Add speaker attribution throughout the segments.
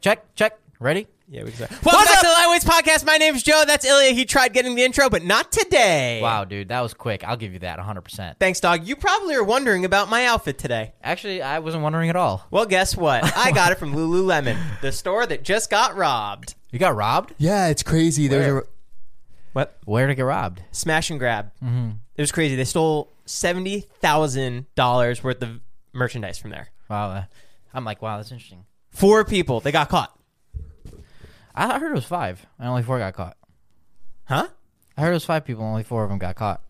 Speaker 1: Check, check. Ready? Yeah, we can start. Welcome
Speaker 2: What's
Speaker 1: back
Speaker 2: up?
Speaker 1: to the Lightweights Podcast. My name's Joe. That's Ilya. He tried getting the intro, but not today.
Speaker 2: Wow, dude, that was quick. I'll give you that 100%.
Speaker 1: Thanks, dog. You probably are wondering about my outfit today.
Speaker 2: Actually, I wasn't wondering at all.
Speaker 1: Well, guess what? I got it from Lululemon, the store that just got robbed.
Speaker 2: You got robbed?
Speaker 3: Yeah, it's crazy. There's a
Speaker 1: What?
Speaker 2: Where to get robbed?
Speaker 1: Smash and grab. Mm-hmm. It was crazy. They stole seventy thousand dollars worth of merchandise from there.
Speaker 2: Wow. uh, I'm like, wow, that's interesting.
Speaker 1: Four people. They got caught.
Speaker 2: I heard it was five, and only four got caught.
Speaker 1: Huh?
Speaker 2: I heard it was five people, and only four of them got caught.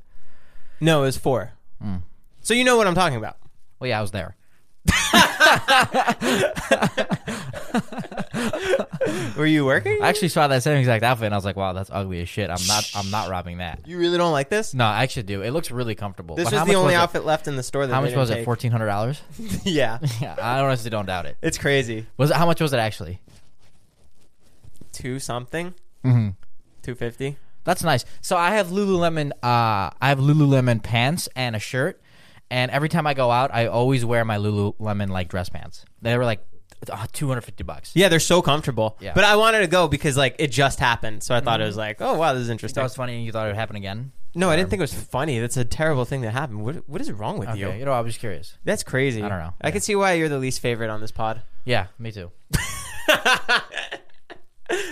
Speaker 1: No, it was four.
Speaker 2: Mm.
Speaker 1: So you know what I'm talking about.
Speaker 2: Well, yeah, I was there.
Speaker 1: Were you working?
Speaker 2: I actually saw that same exact outfit, and I was like, wow, that's ugly as shit. I'm not, I'm not robbing that.
Speaker 1: you really don't like this?
Speaker 2: No, I actually do. It looks really comfortable.
Speaker 1: This
Speaker 2: But how
Speaker 1: was the
Speaker 2: much
Speaker 1: only
Speaker 2: it?
Speaker 1: outfit left in the store that
Speaker 2: How
Speaker 1: they
Speaker 2: much
Speaker 1: didn't
Speaker 2: was it?
Speaker 1: take.
Speaker 2: Fourteen hundred dollars?
Speaker 1: yeah,
Speaker 2: Yeah, I honestly don't doubt it.
Speaker 1: it's crazy.
Speaker 2: Was it how much was it actually?
Speaker 1: Two something. Mm-hmm. Two fifty.
Speaker 2: That's nice. So I have Lululemon. Uh, I have Lululemon pants and a shirt, and every time I go out, I always wear my Lululemon like dress pants. They were like two hundred fifty bucks.
Speaker 1: Yeah, they're so comfortable.
Speaker 2: Yeah.
Speaker 1: But I wanted to go because like it just happened, so I thought it was like, oh wow, this is interesting.
Speaker 2: that was funny. and You thought it would happen again?
Speaker 1: no, I didn't think it was funny. That's a terrible thing that happened. What what is wrong with
Speaker 2: Yeah,
Speaker 1: you?
Speaker 2: you know, I was just curious.
Speaker 1: That's crazy. I
Speaker 2: don't know.
Speaker 1: I can see why you're the least favorite on this pod.
Speaker 2: Yeah, me too.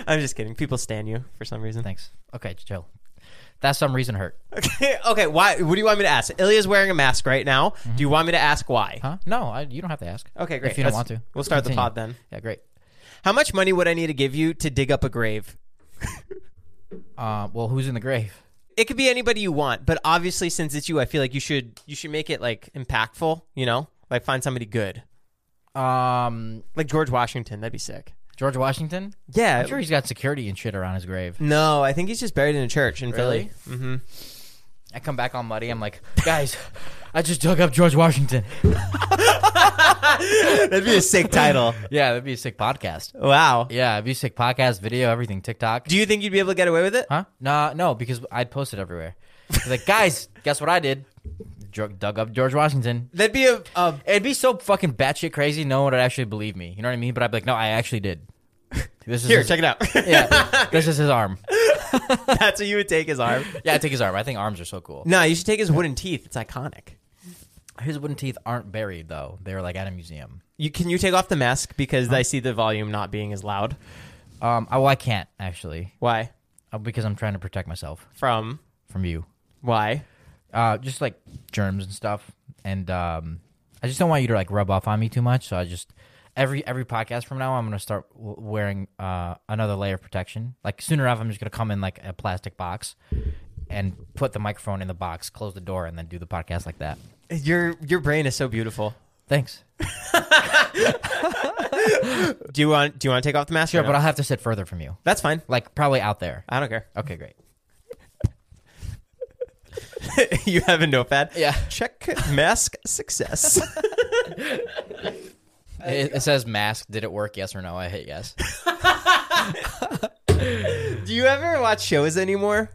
Speaker 1: I'm just kidding. People stan you for some reason.
Speaker 2: Thanks. Okay, chill. That's some reason hurt.
Speaker 1: okay, why? What do you want me to ask? Ilya's wearing a mask right now. Do you want me to ask why?
Speaker 2: Mm-hmm. Huh? No, I, you don't have to ask.
Speaker 1: Okay, great.
Speaker 2: If you don't
Speaker 1: Let's-
Speaker 2: want to,
Speaker 1: we'll start the
Speaker 2: Continue.
Speaker 1: pod then.
Speaker 2: Yeah, great.
Speaker 1: How much money would I need to give you to dig up a grave?
Speaker 2: Uh, well, who's in the grave?
Speaker 1: It could be anybody you want, but obviously, since it's you, I feel like you should you should make it like impactful. You know, like find somebody good,
Speaker 2: Um,
Speaker 1: like George Washington. That'd be sick.
Speaker 2: George Washington.
Speaker 1: Yeah.
Speaker 2: I'm sure he's got security and shit around his grave.
Speaker 1: no, I think he's just buried in a church in
Speaker 2: Really?
Speaker 1: Philly. hmm
Speaker 2: I come back all muddy. I'm like, guys, I just dug up George Washington.
Speaker 1: That'd be a sick title.
Speaker 2: Yeah, that'd be a sick podcast.
Speaker 1: Wow.
Speaker 2: Yeah, it'd be a sick podcast, video, everything, TikTok.
Speaker 1: Do you think you'd be able to get away with it?
Speaker 2: huh? Nah, no, because I'd post it everywhere. It's like, guys, guess what I did? Dr- dug up George Washington.
Speaker 1: That'd be a, a
Speaker 2: It'd be so fucking batshit crazy. No one would actually believe me. You know what I mean? But I'd be like, no, I actually did. This is
Speaker 1: here.
Speaker 2: his-
Speaker 1: Check it out.
Speaker 2: Yeah, this is his arm.
Speaker 1: That's what you would take his arm.
Speaker 2: Yeah, I take his arm. I think arms are so cool.
Speaker 1: No, you should take his wooden teeth. It's iconic.
Speaker 2: His wooden teeth aren't buried though. They're like at a museum.
Speaker 1: You can you take off the mask because I see the volume not being as loud.
Speaker 2: Um, I, well, I can't actually
Speaker 1: Why?
Speaker 2: uh, because I'm trying to protect myself
Speaker 1: From
Speaker 2: from you.
Speaker 1: why?
Speaker 2: uh, just like germs and stuff. And um, I just don't want you to like rub off on me too much. So I just every every podcast from now, I'm gonna start w- wearing uh, another layer of protection. Like sooner off, I'm just gonna come in like a plastic box and put the microphone in the box, close the door, and then do the podcast like that.
Speaker 1: Your your brain is so beautiful.
Speaker 2: Thanks.
Speaker 1: Do you want do you want to take off the mask?
Speaker 2: Sure,
Speaker 1: or
Speaker 2: but
Speaker 1: no?
Speaker 2: I'll have to sit further from you.
Speaker 1: that's fine.
Speaker 2: Like probably out there.
Speaker 1: I don't care.
Speaker 2: Okay, great.
Speaker 1: you have a notepad.
Speaker 2: Yeah.
Speaker 1: Check mask success.
Speaker 2: It, it says mask. Did it work? Yes or no? I hit yes.
Speaker 1: do you ever watch shows anymore?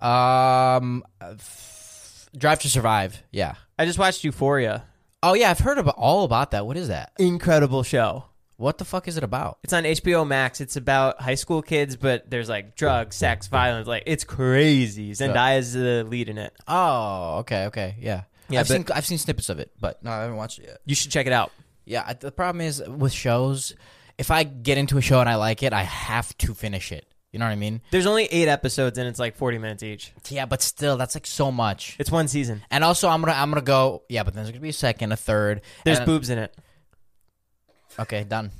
Speaker 2: Um, uh, f- drive to survive. Yeah.
Speaker 1: I just watched Euphoria.
Speaker 2: Oh yeah, I've heard about all about that. What is that?
Speaker 1: Incredible show.
Speaker 2: What the fuck is it about?
Speaker 1: It's on HBO Max. It's about high school kids, but there's like drugs, sex, violence. Like it's crazy. Zendaya's the lead in it.
Speaker 2: Oh, okay, okay, yeah.
Speaker 1: Yeah,
Speaker 2: I've
Speaker 1: but-
Speaker 2: seen I've seen snippets of it, but no, I haven't watched it yet.
Speaker 1: You should check it out.
Speaker 2: Yeah, I, the problem is with shows, if I get into a show and I like it, I have to finish it. You know what I mean?
Speaker 1: There's only eight episodes and it's like 40 minutes each.
Speaker 2: Yeah, but still, that's like so much.
Speaker 1: It's one season.
Speaker 2: And also, I'm gonna I'm gonna go. Yeah, but then there's gonna be a second, a third.
Speaker 1: There's
Speaker 2: and-
Speaker 1: boobs in it.
Speaker 2: Okay, done.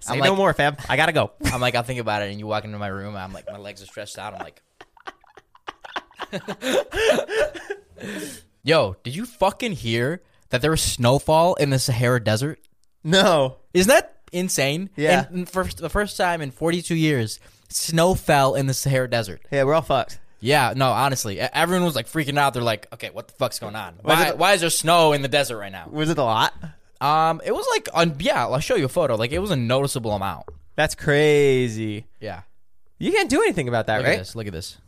Speaker 1: Say
Speaker 2: like-
Speaker 1: no more, fam. I gotta go.
Speaker 2: I'm like, I'll think about it. And you walk into my room, I'm like, my legs are stretched out. I'm like, yo, did you fucking hear that there was snowfall in the Sahara Desert?
Speaker 1: No.
Speaker 2: Isn't that insane?
Speaker 1: Yeah.
Speaker 2: And- And first, the first time in 42 years, snow fell in the Sahara Desert.
Speaker 1: Yeah, we're all fucked.
Speaker 2: Yeah, no, honestly, e- everyone was like freaking out. They're like, "Okay, what the fuck's going on?
Speaker 1: Was
Speaker 2: Why,
Speaker 1: it-
Speaker 2: why is there snow in the desert right now?"
Speaker 1: Was it a lot?
Speaker 2: Um, it was like, on, yeah, I'll show you a photo. Like, it was a noticeable amount.
Speaker 1: That's crazy.
Speaker 2: Yeah,
Speaker 1: You can't do anything about that,
Speaker 2: look at
Speaker 1: right?
Speaker 2: this. Look at this.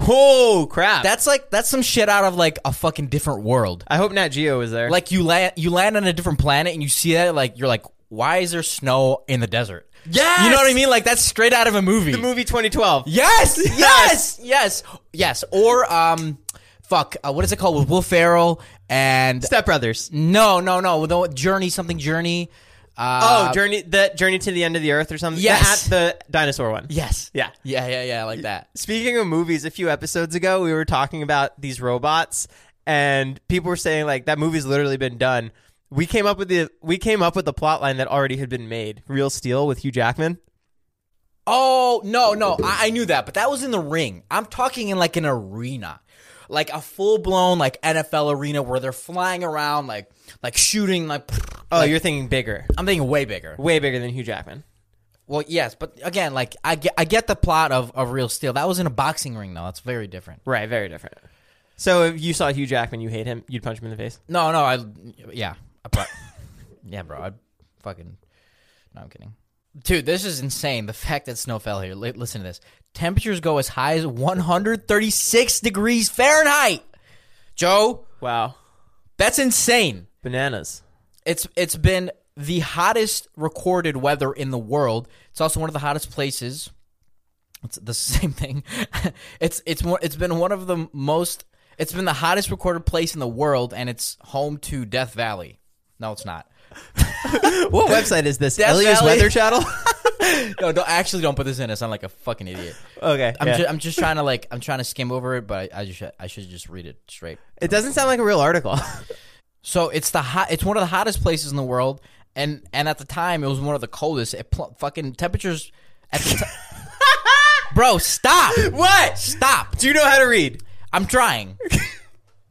Speaker 1: Oh crap!
Speaker 2: That's like that's some shit out of like a fucking different world.
Speaker 1: I hope Nat Geo was there.
Speaker 2: Like you land you land on a different planet and you see that like you're like, why is there snow in the desert?
Speaker 1: Yes!
Speaker 2: you know what I mean. Like that's straight out of a movie.
Speaker 1: the movie 2012.
Speaker 2: Yes, yes, yes, yes. Or um, fuck, uh, what is it called with Will Ferrell and
Speaker 1: Step Brothers.
Speaker 2: no, no, no, the Journey something Journey.
Speaker 1: Oh,
Speaker 2: Uh,
Speaker 1: journey the journey to the end of the earth or something.
Speaker 2: Yes.
Speaker 1: The- at the dinosaur one.
Speaker 2: yes,
Speaker 1: Yeah.
Speaker 2: yeah, yeah, yeah, like that.
Speaker 1: Speaking of movies, a few episodes ago we were talking about these robots, and people were saying like that movie's literally been done. We came up with the we came up with the plot line that already had been made. Real Steel with Hugh Jackman.
Speaker 2: Oh no, no, I, I knew that, but that was in the ring. I'm talking in like an arena, like a full blown like NFL arena where they're flying around, like like shooting, like.
Speaker 1: Oh,
Speaker 2: like-
Speaker 1: you're thinking bigger,
Speaker 2: I'm thinking way bigger.
Speaker 1: way bigger than Hugh Jackman.
Speaker 2: Well, yes, but again, like I get, I get the plot of, of Real Steel. That was in a boxing ring, though. That's very different.
Speaker 1: Right, very different. So if you saw Hugh Jackman, you hate him, you'd punch him in the face.
Speaker 2: No, no, I yeah, I pro- yeah, bro. I fucking no, I'm kidding, dude. This is insane. The fact that snow fell here. Li- listen to this. Temperatures go as high as 136 degrees Fahrenheit. Joe,
Speaker 1: Wow,
Speaker 2: that's insane.
Speaker 1: bananas.
Speaker 2: It's it's been the hottest recorded weather in the world. It's also one of the hottest places. It's the same thing. it's it's more. It's been one of the most. It's been the hottest recorded place in the world, and it's home to Death Valley. No, it's not.
Speaker 1: What website is this?
Speaker 2: Death
Speaker 1: Elia's
Speaker 2: Valley.
Speaker 1: Weather Channel.
Speaker 2: No, don't actually don't put this in. I sound like a fucking idiot.
Speaker 1: okay,
Speaker 2: I'm
Speaker 1: yeah.
Speaker 2: ju- I'm just trying to like I'm trying to skim over it, but I, I just I should just read it straight.
Speaker 1: it doesn't sound like a real article.
Speaker 2: So it's the hot. It's one of the hottest places in the world, and and at the time it was one of the coldest. It pl- fucking temperatures. At the ti- Bro, stop!
Speaker 1: what?
Speaker 2: Stop!
Speaker 1: Do you know how to read?
Speaker 2: I'm trying.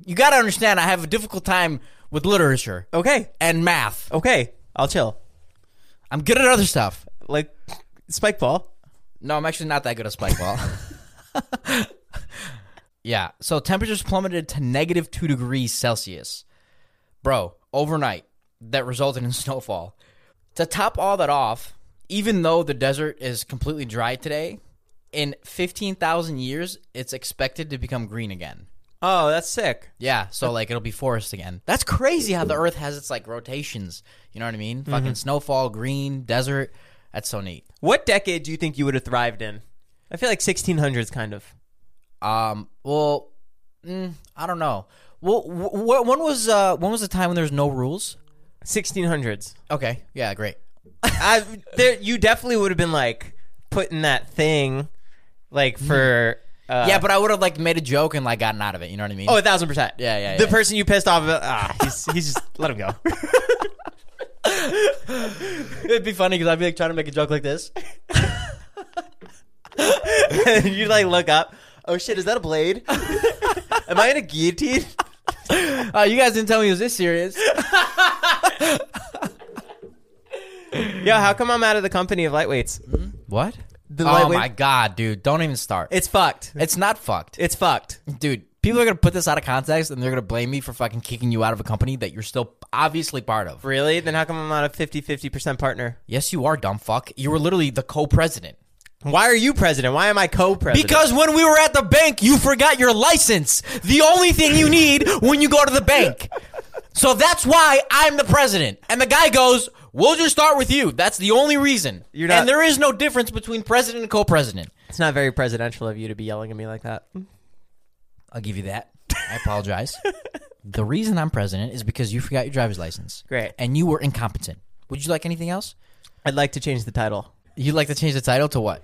Speaker 2: You gotta understand. I have a difficult time with literature
Speaker 1: Okay,
Speaker 2: and math.
Speaker 1: okay, I'll chill.
Speaker 2: I'm good at other stuff.
Speaker 1: Like Spike Ball.
Speaker 2: No, I'm actually not that good at spike ball. yeah. So temperatures plummeted to negative two degrees Celsius, bro, overnight. That resulted in snowfall. To top all that off, even though the desert is completely dry today, in 15,000 years, it's expected to become green again.
Speaker 1: Oh, that's sick.
Speaker 2: Yeah, so like it'll be forest again. That's crazy how the Earth has its like rotations. You know what I mean? Fucking snowfall, green, desert. That's so neat.
Speaker 1: What decade do you think you would have thrived in? I feel like 1600s, kind of.
Speaker 2: Um. Well, mm, I don't know. Well, wh- wh- when was uh when was the time when there was no rules?
Speaker 1: 1600s.
Speaker 2: Okay. Yeah. Great.
Speaker 1: I, there, you definitely would have been like putting that thing, like for. Uh,
Speaker 2: yeah, but I would have like made a joke and like gotten out of it. You know what I mean?
Speaker 1: Oh, a thousand percent.
Speaker 2: Yeah, yeah,
Speaker 1: The
Speaker 2: yeah.
Speaker 1: person you pissed off about, ah, he's, he's just, let him go.
Speaker 2: it'd be funny because I'd be like trying to make a joke like this.
Speaker 1: And you like look up, oh shit, is that a blade? Am I in a guillotine?
Speaker 2: Oh, you guys didn't tell me it was this serious.
Speaker 1: Yo, how come I'm out of the company of lightweights?
Speaker 2: what?
Speaker 1: The
Speaker 2: oh
Speaker 1: lightweight-
Speaker 2: my god, dude! Don't even start.
Speaker 1: It's fucked.
Speaker 2: it's not fucked,
Speaker 1: It's fucked.
Speaker 2: dude. People are gonna put this out of context and they're gonna blame me for fucking kicking you out of a company that you're still obviously part of.
Speaker 1: Really? Then how come I'm not a 50 50% partner?
Speaker 2: Yes, you are, dumb fuck. You were literally the co-president.
Speaker 1: Why are you president? Why am I co president?
Speaker 2: Because when we were at the bank, you forgot your license. The only thing you need when you go to the bank. So that's why I'm the president. And the guy goes, We'll just start with you. That's the only reason.
Speaker 1: You're not-
Speaker 2: and there is no difference between president and co president.
Speaker 1: It's not very presidential of you to be yelling at me like that.
Speaker 2: I'll give you that. I apologize. the reason I'm president is because you forgot your driver's license.
Speaker 1: Great.
Speaker 2: And you were incompetent. Would you like anything else?
Speaker 1: I'd like to change the title.
Speaker 2: You'd like to change the title to what?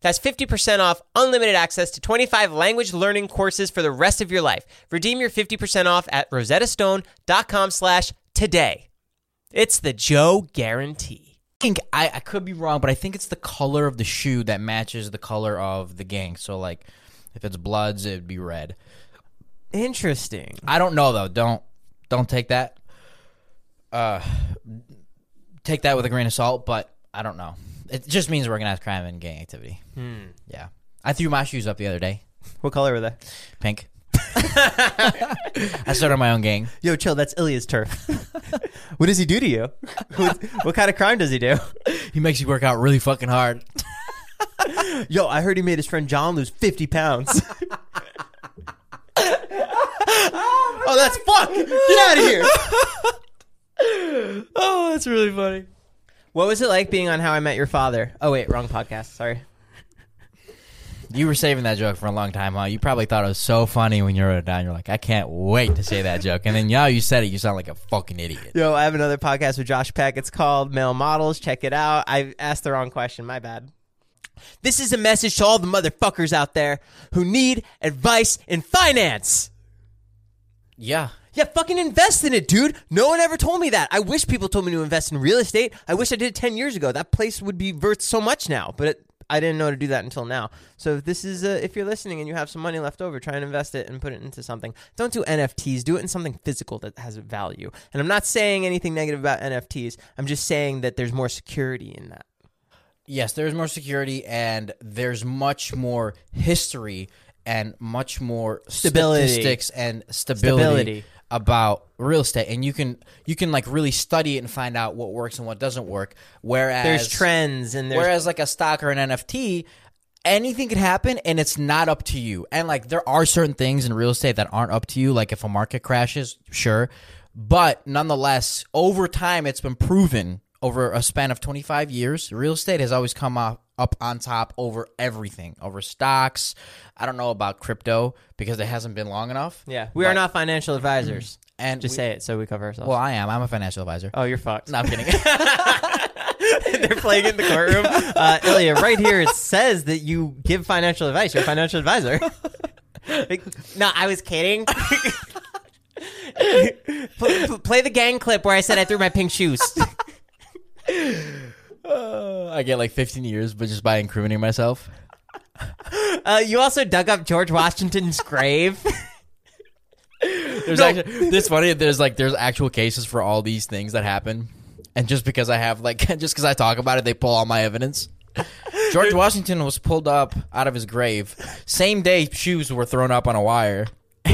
Speaker 1: That's 50% off unlimited access to 25 language learning courses for the rest of your life. Redeem your 50% off at rosettastone.com slash today. It's the Joe guarantee.
Speaker 2: I, I could be wrong, but I think it's the color of the shoe that matches the color of the gang. So like, if it's Bloods, it'd be red.
Speaker 4: Interesting.
Speaker 2: I don't know though. Don't don't take that. Uh, take that with a grain of salt. But I don't know. It just means organized crime and gang activity. Yeah. I threw my shoes up the other day.
Speaker 4: What color were they?
Speaker 2: Pink. I started my own gang.
Speaker 4: Yo, chill. That's Ilya's turf. what does he do to you? What, what kind of crime does he do?
Speaker 2: He makes you work out really fucking hard.
Speaker 4: Yo, I heard he made his friend John lose fifty pounds. oh, that's fuck. Get out of here.
Speaker 1: Oh, that's really funny.
Speaker 4: What was it like being on How I Met Your Father? Oh wait, wrong podcast. Sorry.
Speaker 2: You were saving that joke for a long time, huh? You probably thought it was so funny when you wrote it down. You're like, I can't wait to say that joke. And then now you said it, you sound like a fucking idiot.
Speaker 4: Yo, I have another podcast with Josh Peck. It's called Male Models. Check it out. I asked the wrong question. My bad. This is a message to all the motherfuckers out there who need advice in finance.
Speaker 2: Yeah.
Speaker 4: Yeah, fucking invest in it, dude. No one ever told me that. I wish people told me to invest in real estate. I wish I did it 10 years ago. That place would be worth so much now, but it, I didn't know to do that until now. So if this is uh, if you're listening and you have some money left over, try and invest it and put it into something. Don't do NFTs. Do it in something physical that has value. And I'm not saying anything negative about NFTs. I'm just saying that there's more security in that.
Speaker 2: Yes, there's more security and there's much more history and much more
Speaker 4: Stability.
Speaker 2: statistics and stability,
Speaker 4: Stability.
Speaker 2: about real estate and you can you can like really study it and find out what works and what doesn't work whereas
Speaker 4: There's trends and there's
Speaker 2: whereas like a stock or an NFT anything could happen and it's not up to you. And like there are certain things in real estate that aren't up to you. Like if a market crashes, sure. But nonetheless, over time, it's been proven over a span of 25 years, real estate has always come up, up on top over everything, over stocks. I don't know about crypto because it hasn't been long enough.
Speaker 1: Yeah, we are not financial advisors.
Speaker 2: And
Speaker 1: Just
Speaker 2: we-
Speaker 1: say it so we cover ourselves.
Speaker 2: well, I am. I'm a financial advisor.
Speaker 1: oh, you're fucked.
Speaker 2: No, I'm kidding.
Speaker 1: They're playing in the courtroom. Uh, Ilya, right here it says that you give financial advice. You're a financial advisor. Like, no, I was kidding. Pl- pl- play the gang clip where I said I threw my pink shoes.
Speaker 2: Uh, I get like 15 years, but just by incriminating myself.
Speaker 1: Uh, you also dug up George Washington's grave.
Speaker 2: There's actually this funny. There's like there's actual cases for all these things that happen, and just because I have like just because I talk about it, they pull all my evidence. George Washington was pulled up out of his grave. Same day, shoes were thrown up on a wire,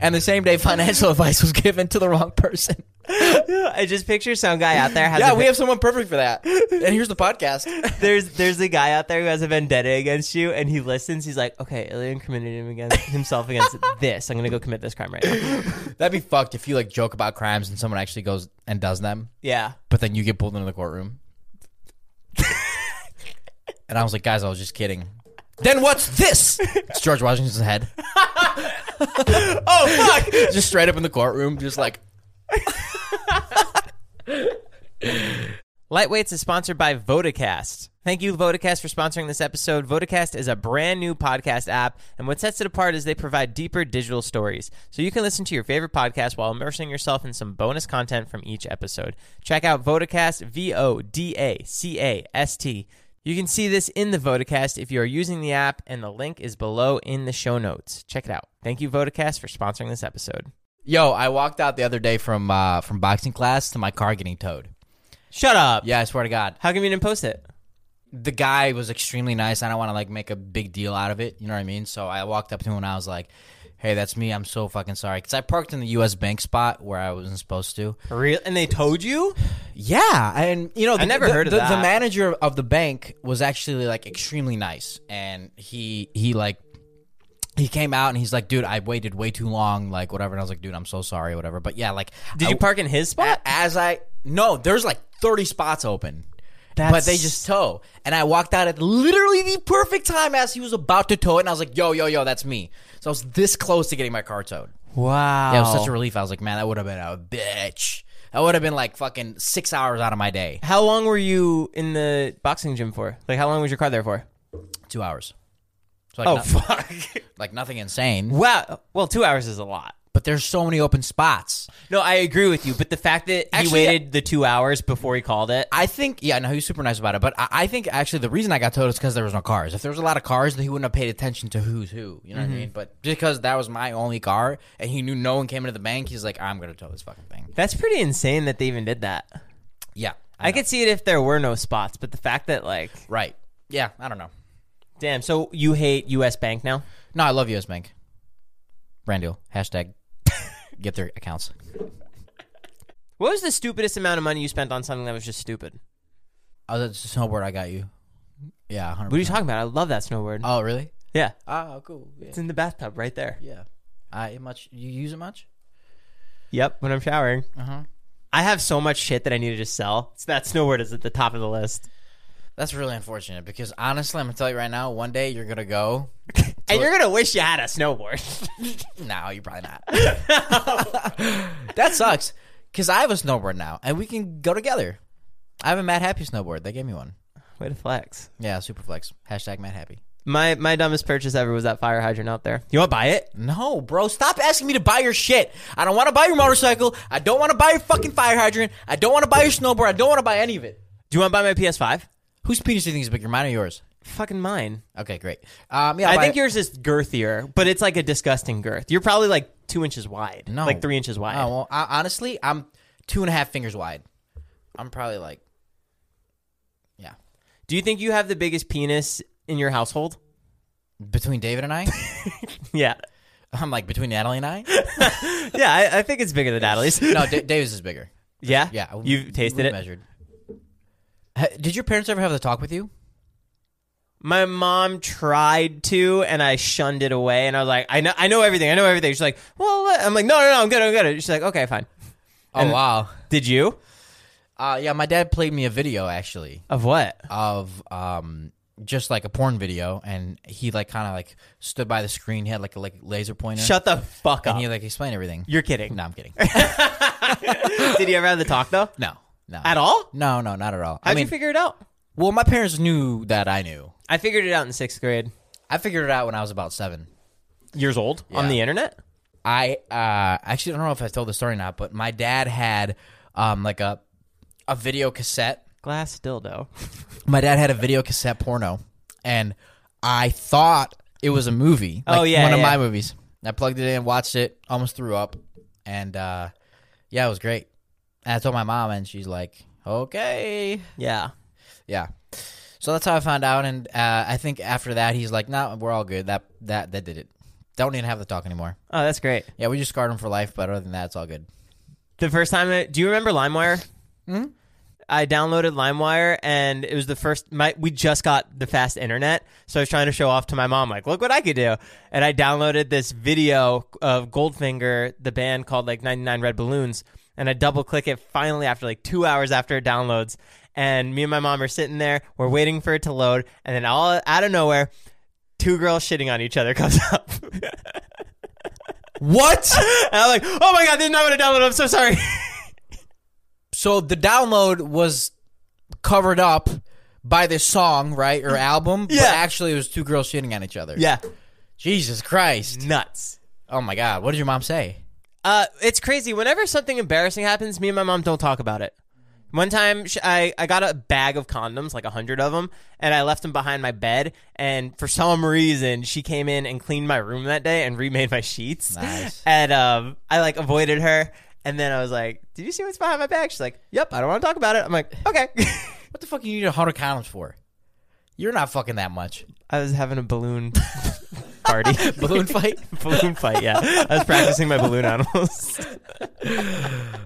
Speaker 2: and the same day, financial advice was given to the wrong person.
Speaker 1: I just picture some guy out there. Has
Speaker 2: Yeah,
Speaker 1: a
Speaker 2: we have someone perfect for that. And here's the podcast.
Speaker 1: there's there's a guy out there who has a vendetta against you, and he listens. He's like, okay, Ilya committed him against himself against this. I'm gonna go commit this crime right now.
Speaker 2: That'd be fucked if you like joke about crimes and someone actually goes and does them.
Speaker 1: Yeah,
Speaker 2: but then you get pulled into the courtroom. and I was like, guys, I was just kidding. Then what's this? It's George Washington's head. oh fuck! just straight up in the courtroom, just like
Speaker 1: Lightweights is sponsored by Vodacast. Thank you, Vodacast, for sponsoring this episode. Vodacast is a brand new podcast app, and what sets it apart is they provide deeper digital stories. So you can listen to your favorite podcast while immersing yourself in some bonus content from each episode. Check out Vodacast, V O D A C A S T. You can see this in the Vodacast if you are using the app, and the link is below in the show notes. Check it out. Thank you, Vodacast, for sponsoring this episode.
Speaker 2: Yo, I walked out the other day from uh from boxing class to my car getting towed.
Speaker 1: Shut up.
Speaker 2: Yeah, I swear to God.
Speaker 1: How come you didn't post it?
Speaker 2: the guy was extremely nice. I don't want to like make a big deal out of it. You know what I mean? So I walked up to him and I was like, "Hey, that's me. I'm so fucking sorry." Because I parked in the U.S. bank spot where I wasn't supposed to.
Speaker 1: Real? And they told you?
Speaker 2: Yeah, and you know, the,
Speaker 1: never
Speaker 2: the-
Speaker 1: heard of
Speaker 2: the, The
Speaker 1: that.
Speaker 2: manager of the bank was actually like extremely nice, and he he like he came out and he's like, "Dude, I waited way too long, like whatever." And I was like, "Dude, I'm so sorry, whatever." But yeah, like,
Speaker 1: Did
Speaker 2: I-
Speaker 1: you park in his spot?
Speaker 2: a- as I no, there's like 30 spots open. But they just tow. And I walked out at literally the perfect time as he was about to tow it. And I was like, yo, yo, yo, that's me. So I was this close to getting my car towed.
Speaker 1: Wow.
Speaker 2: That was
Speaker 1: Oh.
Speaker 2: such a relief. I was like, man, that would have been a bitch. That would have been like fucking six hours out of my day.
Speaker 1: How long were you in the boxing gym for? Like, how long was your car there for?
Speaker 2: Two hours. So like, no-
Speaker 1: Oh, fuck.
Speaker 2: like nothing insane.
Speaker 1: wow. Well, two hours is a lot.
Speaker 2: But there's so many open spots.
Speaker 1: No, I agree with you, but the fact that
Speaker 2: Actually,
Speaker 1: he waited the two hours before he called it.
Speaker 2: I think, yeah, no, he was super nice about it. But I, I think actually the reason I got towed is because there was no cars. If there was a lot of cars, then he wouldn't have paid attention to who's who. You know
Speaker 1: Mm-hmm.
Speaker 2: what I mean? But just because that was my only car and he knew no one came into the bank, he's like, I'm gonna tow this fucking thing.
Speaker 1: That's pretty insane that they even did that.
Speaker 2: Yeah,
Speaker 1: I, could see it if there were no spots, but the fact that, like,
Speaker 2: right. Yeah, I don't know.
Speaker 1: damn, so you hate U.S. Bank now?
Speaker 2: No, I love U.S. Bank. Brand deal. Hashtag get their accounts.
Speaker 1: What was the stupidest amount of money you spent on something that was just stupid?
Speaker 2: Oh, that's the snowboard I got you. Yeah, 100%.
Speaker 1: What are you Ah, talking about? I love that snowboard.
Speaker 2: Oh, really?
Speaker 1: yeah.
Speaker 2: Oh, cool. Yeah.
Speaker 1: It's in the bathtub right there.
Speaker 2: yeah. I much you use it much?
Speaker 1: Yep, when I'm showering. I have so much shit that I need to just sell. So that snowboard is at the top of the list.
Speaker 2: That's really unfortunate because honestly, I'm gonna tell you right now, one day you're gonna go
Speaker 1: And you're gonna wish you had a snowboard.
Speaker 2: No, you're probably not. that sucks. Cause I have a snowboard now, and we can go together. I have a Mad Happy snowboard. They gave me one.
Speaker 1: Way to flex.
Speaker 2: Yeah, super flex. Hashtag Mad Happy.
Speaker 1: My my dumbest purchase ever was that fire hydrant out there. You want to buy it?
Speaker 2: No, bro, stop asking me to buy your shit. I don't want to buy your motorcycle. I don't want to buy your fucking fire hydrant. I don't want to buy your snowboard. I don't want to buy any of it.
Speaker 1: Do you want to buy my PS5?
Speaker 2: Whose penis do you think is bigger, mine or yours?
Speaker 1: Fucking mine.
Speaker 2: Okay, great. Um, yeah,
Speaker 1: I
Speaker 2: buy-
Speaker 1: think yours is girthier, but it's like a disgusting girth. You're probably like two inches wide.
Speaker 2: No.
Speaker 1: Like three inches wide.
Speaker 2: Oh, well, I, honestly, I'm two and a half fingers wide. I'm probably like, yeah,
Speaker 1: Do you think you have the biggest penis in your household?
Speaker 2: between David and I.
Speaker 1: Yeah.
Speaker 2: I'm like between Natalie and I.
Speaker 1: Yeah, I, I think it's bigger than Natalie's.
Speaker 2: No, D- Davis is bigger.
Speaker 1: Yeah?
Speaker 2: Yeah,
Speaker 1: You've tasted
Speaker 2: we
Speaker 1: it?
Speaker 2: Measured. Ha- Did your parents ever have the talk with you?
Speaker 1: my mom tried to, and I shunned it away. And I was like, I know, I know everything. I know everything. She's like, well, let- I'm like, no, no, no, I'm good, I'm good. She's like, okay, fine.
Speaker 2: Oh wow.
Speaker 1: Did you?
Speaker 2: Uh, yeah, my dad played me a video actually
Speaker 1: Of what?
Speaker 2: of um just like a porn video, and he like kind of like stood by the screen, he had like a like laser pointer,
Speaker 1: Shut the fuck
Speaker 2: and
Speaker 1: up.
Speaker 2: he like explained everything.
Speaker 1: You're kidding.
Speaker 2: no, I'm kidding.
Speaker 1: Did you ever have the talk though?
Speaker 2: No, no,
Speaker 1: At all?
Speaker 2: No, no, not at all.
Speaker 1: How'd
Speaker 2: I mean,
Speaker 1: you figure it out?
Speaker 2: well, my parents knew that I knew.
Speaker 1: I figured it out in sixth grade.
Speaker 2: I figured it out when I was about seven.
Speaker 1: Years old on
Speaker 2: Yeah.
Speaker 1: the internet.
Speaker 2: I uh, actually I don't know if I told the story or not, but my dad had um like a a video cassette
Speaker 1: Glass dildo.
Speaker 2: my dad had a video cassette porno, and I thought it was a movie. Like
Speaker 1: Oh, yeah,
Speaker 2: one of
Speaker 1: yeah.
Speaker 2: my movies. And I plugged it in, watched it, almost threw up, and uh, yeah, it was great. And I told my mom, and she's like, "Okay,
Speaker 1: Yeah.
Speaker 2: yeah." So that's how I found out, and uh, I think after that, he's like, "No, we're all good. That that that did it. Don't even have the talk anymore.
Speaker 1: Oh, that's great.
Speaker 2: Yeah, we just scarred him for life, but other than that, it's all good."
Speaker 1: The first time, I, do you remember LimeWire? I downloaded LimeWire, and it was the first. My we just got the fast internet, so I was trying to show off to my mom, like, look what I could do. And I downloaded this video of Goldfinger, the band called like 99 Red Balloons, and I double click it finally after like two hours after it downloads. And me and my mom are sitting there, we're waiting for it to load, and then all out of nowhere, two girls shitting on each other comes up. and
Speaker 2: What?
Speaker 1: I'm like, oh my god, this is not what I downloaded. I'm so sorry.
Speaker 2: so the download was covered up by this song, right, or album.
Speaker 1: Yeah.
Speaker 2: But actually, it was two girls shitting on each other.
Speaker 1: yeah,
Speaker 2: Jesus Christ.
Speaker 1: nuts.
Speaker 2: Oh my God. What did your mom say?
Speaker 1: Uh, it's crazy. Whenever something embarrassing happens, me and my mom don't talk about it. One time, sh I, I got a bag of condoms, like a hundred of them, and I left them behind my bed. And for some reason, she came in and cleaned my room that day and remade my sheets.
Speaker 2: Nice.
Speaker 1: And um, I like avoided her. And then I was like, "Did you see what's behind my bag?" She's like, "Yep, I don't want to talk about it." I'm like, "Okay."
Speaker 2: What the fuck you need a hundred condoms for? You're not fucking that much.
Speaker 1: I was having a balloon party,
Speaker 2: Balloon fight.
Speaker 1: balloon fight. Yeah, I was practicing my balloon animals.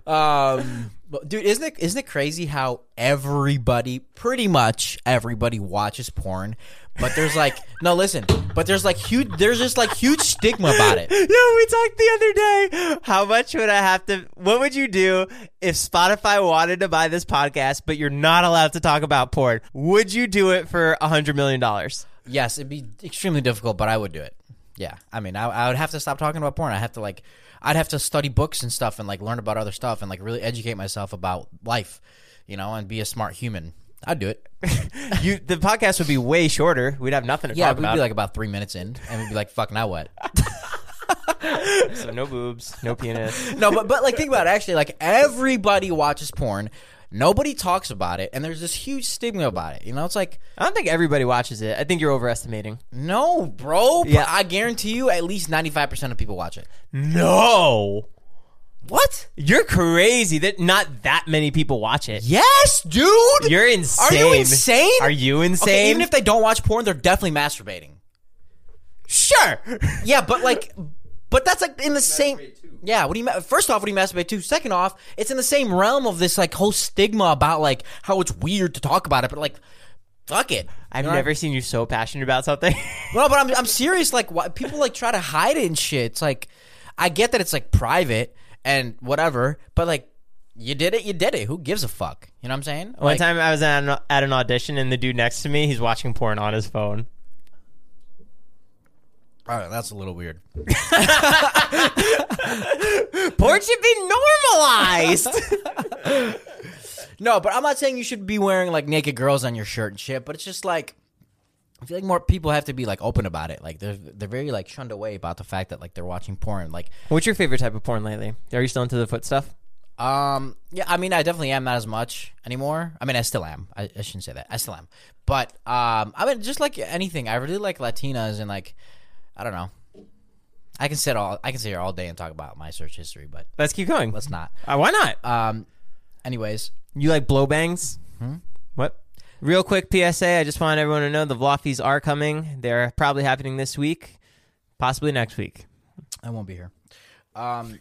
Speaker 2: Um, but dude, isn't it isn't it crazy how everybody, pretty much everybody, watches porn, but there's like no, listen, but there's like huge, there's just like huge stigma about it.
Speaker 1: No, we talked the other day. How much would I have to? What would you do if Spotify wanted to buy this podcast, but you're not allowed to talk about porn? Would you do it for a hundred million dollars?
Speaker 2: Yes, it'd be extremely difficult, but I would do it. Yeah, I mean, I, I would have to stop talking about porn. I have to like, I'd have to study books and stuff, and like learn about other stuff, and like really educate myself about life, you know, and be a smart human. I'd do it.
Speaker 1: You, the podcast would be way shorter. We'd have nothing to
Speaker 2: Yeah,
Speaker 1: talk
Speaker 2: we'd
Speaker 1: about.
Speaker 2: be like about three minutes in, and we'd be like, "Fuck, now what?"
Speaker 1: so no boobs, no penis.
Speaker 2: no, but but like think about it. Actually, like everybody watches porn. Nobody talks about it, and there's this huge stigma about it. You know, it's like,
Speaker 1: I don't think everybody watches it. I think you're overestimating.
Speaker 2: no, bro.
Speaker 1: Yeah.
Speaker 2: I guarantee you, at least ninety five percent of people watch it.
Speaker 1: No,
Speaker 2: What?
Speaker 1: you're crazy. That not that many people watch it.
Speaker 2: Yes, dude.
Speaker 1: You're insane.
Speaker 2: insane?
Speaker 1: Are you insane?
Speaker 2: Okay, even if they don't watch porn, they're definitely masturbating.
Speaker 1: sure.
Speaker 2: Yeah, but like, but that's like in the same. Yeah, what do you? ma- First off, what do you masturbate to? Second off, it's in the same realm of this like whole stigma about like how it's weird to talk about it, but like, fuck it.
Speaker 1: I've
Speaker 2: You know what I-
Speaker 1: never seen you so passionate about something.
Speaker 2: No, but I'm I'm serious. Like, why, people like try to hide it and shit. It's like, I get that it's like private and whatever, but like, you did it, you did it. Who gives a fuck? You know what I'm saying?
Speaker 1: One
Speaker 2: Like,
Speaker 1: time I was at an, at an audition and the dude next to me, he's watching porn on his phone.
Speaker 2: all right, that's a little weird.
Speaker 1: Porn should be normalized.
Speaker 2: No, but I'm not saying you should be wearing like naked girls on your shirt and shit, but it's just like I feel like more people have to be like open about it. Like they're they're very like shunned away about the fact that like they're watching porn. Like
Speaker 1: What's your favorite type of porn lately? Are you still into the foot stuff?
Speaker 2: um yeah, I mean I definitely am not as much anymore. I mean I still am. I, I shouldn't say that. I still am. But um I mean just like anything, I really like Latinas and like I don't know. I can sit all I can sit here all day and talk about my search history, but
Speaker 1: Let's keep going.
Speaker 2: let's not.
Speaker 1: Uh, why not?
Speaker 2: Um anyways,
Speaker 1: you like blow bangs?
Speaker 2: Hmm?
Speaker 1: What? Real quick PSA. I just want everyone to know the Vloffies are coming. They're probably happening this week, possibly next week.
Speaker 2: I won't be here. Um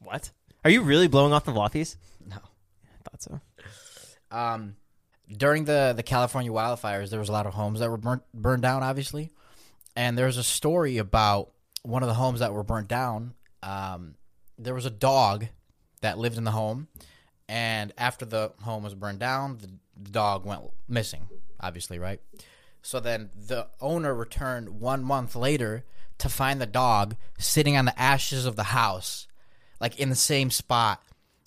Speaker 1: What? Are you really blowing off the Vloffies?
Speaker 2: No.
Speaker 1: I thought so.
Speaker 2: Um, during the the California wildfires, there was a lot of homes that were burnt burned down, obviously, and there's a story about one of the homes that were burnt down. Um, there was a dog that lived in the home, and after the home was burned down, the, the dog went missing. Obviously, right? So then the owner returned one month later to find the dog sitting on the ashes of the house, like in the same spot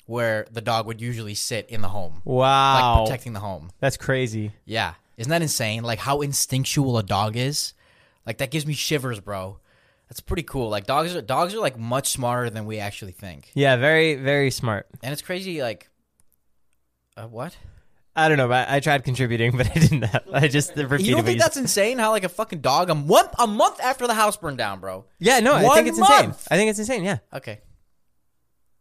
Speaker 2: where the dog would usually sit in the home.
Speaker 1: Wow.
Speaker 2: Like protecting the home.
Speaker 1: That's crazy.
Speaker 2: Yeah. Isn't that insane? Like how instinctual a dog is. Like that gives me shivers, bro. That's pretty cool. Like dogs are dogs are like much smarter than we actually think.
Speaker 1: Yeah, very, very smart.
Speaker 2: And it's crazy like uh, what?
Speaker 1: I don't know, but I tried contributing, but I didn't. Have, I just repeated.
Speaker 2: You don't
Speaker 1: what
Speaker 2: think
Speaker 1: you said.
Speaker 2: that's insane? How like a fucking dog a month a month after the house burned down, bro.
Speaker 1: Yeah, no, I
Speaker 2: One
Speaker 1: think it's insane.
Speaker 2: month!
Speaker 1: I think it's insane. Yeah.
Speaker 2: Okay.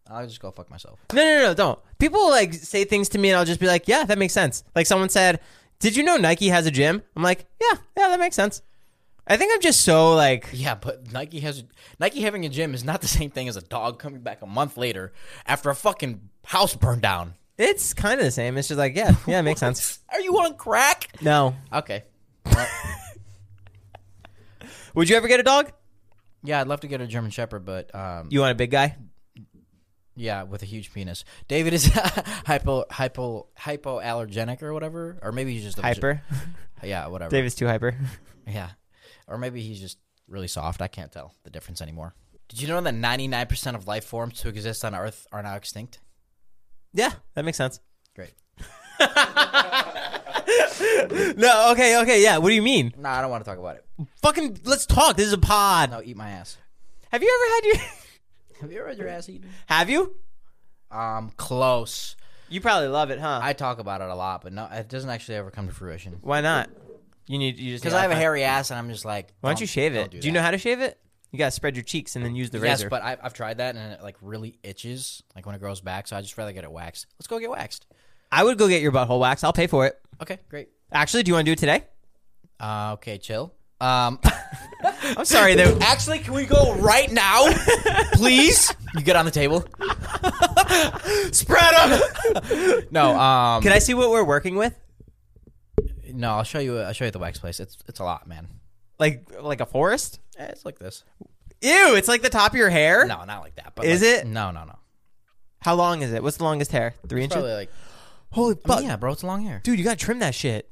Speaker 2: I'll just go fuck myself.
Speaker 1: No, no, no, don't. People like say things to me, and I'll just be like, "Yeah, that makes sense." Like someone said, "Did you know Nike has a gym?" I'm like, "Yeah, yeah, that makes sense." I think I'm just so like,
Speaker 2: Yeah, but Nike has Nike having a gym is not the same thing as a dog coming back a month later after a fucking house burned down.
Speaker 1: it's kind of the same. It's just like, yeah, yeah, it makes sense.
Speaker 2: Are you on crack?
Speaker 1: No,
Speaker 2: Okay.
Speaker 1: would you ever get a dog?
Speaker 2: Yeah, I'd love to get a German Shepherd, but um,
Speaker 1: You want a big guy?
Speaker 2: yeah, with a huge penis. David is hypo hypo hypoallergenic or whatever, or maybe he's just a,
Speaker 1: Hyper.
Speaker 2: Yeah, whatever.
Speaker 1: David's too hyper.
Speaker 2: Yeah, or maybe he's just really soft. I can't tell the difference anymore. Did you know that ninety nine percent of life forms to exist on Earth are now extinct?
Speaker 1: Yeah, that makes sense.
Speaker 2: Great.
Speaker 1: No, okay, okay, yeah. What do you mean?
Speaker 2: No, I don't want to talk about it.
Speaker 1: Fucking, let's talk. This is a pod.
Speaker 2: No, eat my ass.
Speaker 1: Have you ever had your?
Speaker 2: Have you ever had your ass eaten?
Speaker 1: Have you?
Speaker 2: Um, close.
Speaker 1: You probably love it, huh?
Speaker 2: I talk about it a lot, but no, it doesn't actually ever come to fruition.
Speaker 1: Why not? You need you just
Speaker 2: Because
Speaker 1: need
Speaker 2: I have a
Speaker 1: alcohol.
Speaker 2: hairy ass, and I'm just like,
Speaker 1: Why don't you shave it?
Speaker 2: do
Speaker 1: Do, you
Speaker 2: that.
Speaker 1: know how to shave it? You gotta spread your cheeks and then use the
Speaker 2: Yes,
Speaker 1: razor.
Speaker 2: but I, I've tried that, and it like really itches, like when it grows back. So I just rather get it waxed. Let's go get waxed.
Speaker 1: I would go get your butthole wax. I'll pay for it.
Speaker 2: Okay, great.
Speaker 1: Actually, do you want to do it today?
Speaker 2: Uh, okay, chill. Um,
Speaker 1: I'm sorry that
Speaker 2: actually, can we go right now, please? You get on the table.
Speaker 1: spread them.
Speaker 2: No, um,
Speaker 1: Can I see what we're working with?
Speaker 2: no, I'll show you. I'll show you the wax place. It's it's a lot, man.
Speaker 1: Like like a forest?
Speaker 2: Eh, It's like this.
Speaker 1: Ew! It's like the top of your hair.
Speaker 2: No, not like that. But
Speaker 1: Is
Speaker 2: like-
Speaker 1: it?
Speaker 2: No, no, no.
Speaker 1: How long is it? What's the longest hair? Three inches.
Speaker 2: Probably like.
Speaker 1: Holy
Speaker 2: I mean,
Speaker 1: fuck,
Speaker 2: yeah, bro, it's long hair.
Speaker 1: dude! You gotta trim that shit.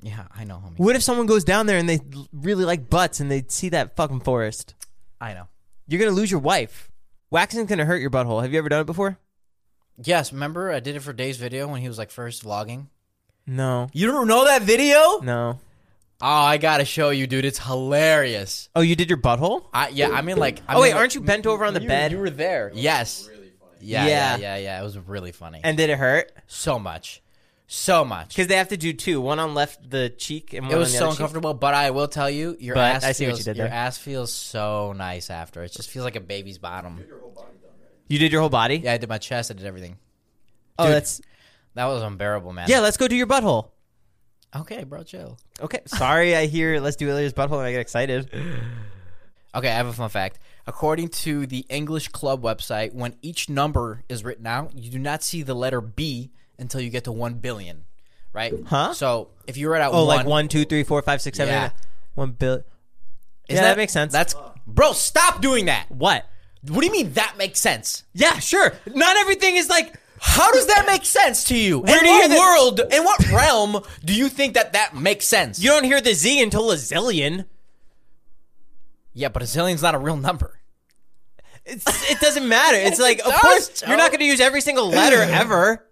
Speaker 2: Yeah, I know, homie.
Speaker 1: What if someone goes down there and they l- really like butts and they see that fucking forest?
Speaker 2: I know.
Speaker 1: You're gonna lose your wife. Waxing's gonna hurt your butthole. Have you ever done it before?
Speaker 2: Yes, remember I did it for Dave's video when he was like first vlogging.
Speaker 1: No.
Speaker 2: You don't know that video? Oh,
Speaker 1: No.
Speaker 2: I gotta show you, dude. It's hilarious.
Speaker 1: Oh, you did your butthole?
Speaker 2: I yeah, I mean like. I
Speaker 1: oh wait,
Speaker 2: mean,
Speaker 1: aren't you bent over on the bed?
Speaker 2: were there. Yes. Yeah,
Speaker 1: Yeah.
Speaker 2: yeah, yeah, yeah. It was really funny.
Speaker 1: and did it hurt?
Speaker 2: so much, so much.
Speaker 1: Because they have to do two, one on left the cheek and one
Speaker 2: It was
Speaker 1: on the
Speaker 2: so
Speaker 1: other cheek.
Speaker 2: uncomfortable, but I will tell you, your
Speaker 1: But
Speaker 2: ass
Speaker 1: I see what
Speaker 2: feels
Speaker 1: you did
Speaker 2: your
Speaker 1: there.
Speaker 2: ass feels so nice after. It just feels like a baby's bottom.
Speaker 1: You did your whole body?
Speaker 2: Yeah, I did my chest. I did everything.
Speaker 1: Oh,
Speaker 2: Dude.
Speaker 1: that's
Speaker 2: That was unbearable, man.
Speaker 1: yeah. Let's go do your butthole.
Speaker 2: Okay, bro, chill.
Speaker 1: Okay. Sorry, I hear let's do Ilya's butthole and I get excited.
Speaker 2: Okay, I have a fun fact. According to the English club website, when each number is written out, you do not see the letter B until you get to 1 billion, right?
Speaker 1: Huh?
Speaker 2: So if you write out
Speaker 1: Oh,
Speaker 2: one,
Speaker 1: like one, two, three, four, five, six, seven,
Speaker 2: Yeah.
Speaker 1: eight, nine- one bill.
Speaker 2: isn't
Speaker 1: yeah, that makes sense.
Speaker 2: That's Bro, stop doing that.
Speaker 1: what?
Speaker 2: What do you mean that makes sense?
Speaker 1: Yeah, sure. Not everything is like.
Speaker 2: How does that make sense to you?
Speaker 1: Where
Speaker 2: in
Speaker 1: do you
Speaker 2: what
Speaker 1: hear that-
Speaker 2: world, in what realm do you think that that makes sense?
Speaker 1: You don't hear the Z until a zillion.
Speaker 2: yeah, but a zillion's not a real number.
Speaker 1: It's, it doesn't matter. It's like, of
Speaker 2: does,
Speaker 1: course,
Speaker 2: Joe.
Speaker 1: you're not going to use every single letter ever.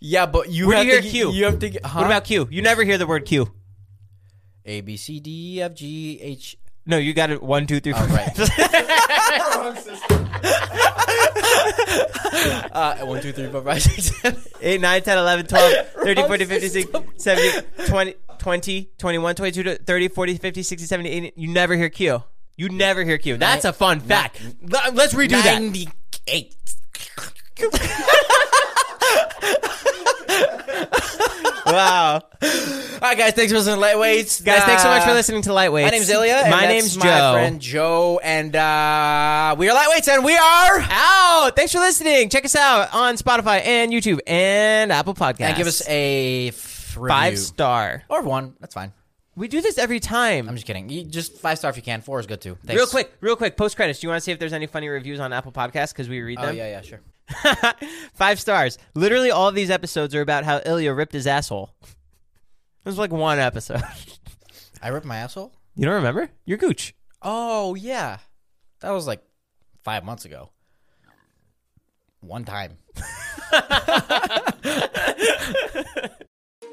Speaker 2: Yeah, but you
Speaker 1: Where do
Speaker 2: have to
Speaker 1: you hear
Speaker 2: g-
Speaker 1: Q?
Speaker 2: You have to g- huh?
Speaker 1: What about Q? You never hear the word Q.
Speaker 2: A B C D E F G H
Speaker 1: No, you got it. One, two, three, four.
Speaker 2: right.
Speaker 1: five, six.
Speaker 2: uh, one, two, three, four, five, six, seven.
Speaker 1: 8, 9, 10, 11, 12, 30,
Speaker 2: Wrong
Speaker 1: 40, 50, 60, 70, 20, 20, 21, 22, to 30, 40, 50, 60, 70, 80. You never hear Q. You never hear Q. That's a fun fact. Let- Let's redo that.
Speaker 2: 98.
Speaker 1: Wow.
Speaker 2: All right, guys, thanks for listening to Lightweights.
Speaker 1: Guys, thanks so much for
Speaker 2: Uh,
Speaker 1: listening to Lightweights.
Speaker 2: My name's Ilya. and
Speaker 1: My
Speaker 2: that's
Speaker 1: name's Joe.
Speaker 2: My friend Joe, and uh, we are Lightweights, and we are.
Speaker 1: Out. Thanks for listening. Check us out on Spotify and YouTube and Apple Podcasts.
Speaker 2: And give us a f- review.
Speaker 1: Five star.
Speaker 2: or one. That's fine.
Speaker 1: We do this every time.
Speaker 2: I'm just kidding. You just five star if you can. Four is good too. Thanks.
Speaker 1: Real quick, real quick, post credits. Do you want to see if there's any funny reviews on Apple Podcasts? Because we read
Speaker 2: Oh
Speaker 1: them.
Speaker 2: yeah, yeah, sure.
Speaker 1: Five stars. Literally, all of these episodes are about how Ilya ripped his asshole. There's like one episode.
Speaker 2: I ripped my asshole.
Speaker 1: You don't remember? You're gooch.
Speaker 2: Oh yeah, that was like five months ago. One time.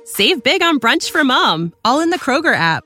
Speaker 5: Save big on brunch for mom, all in the Kroger app.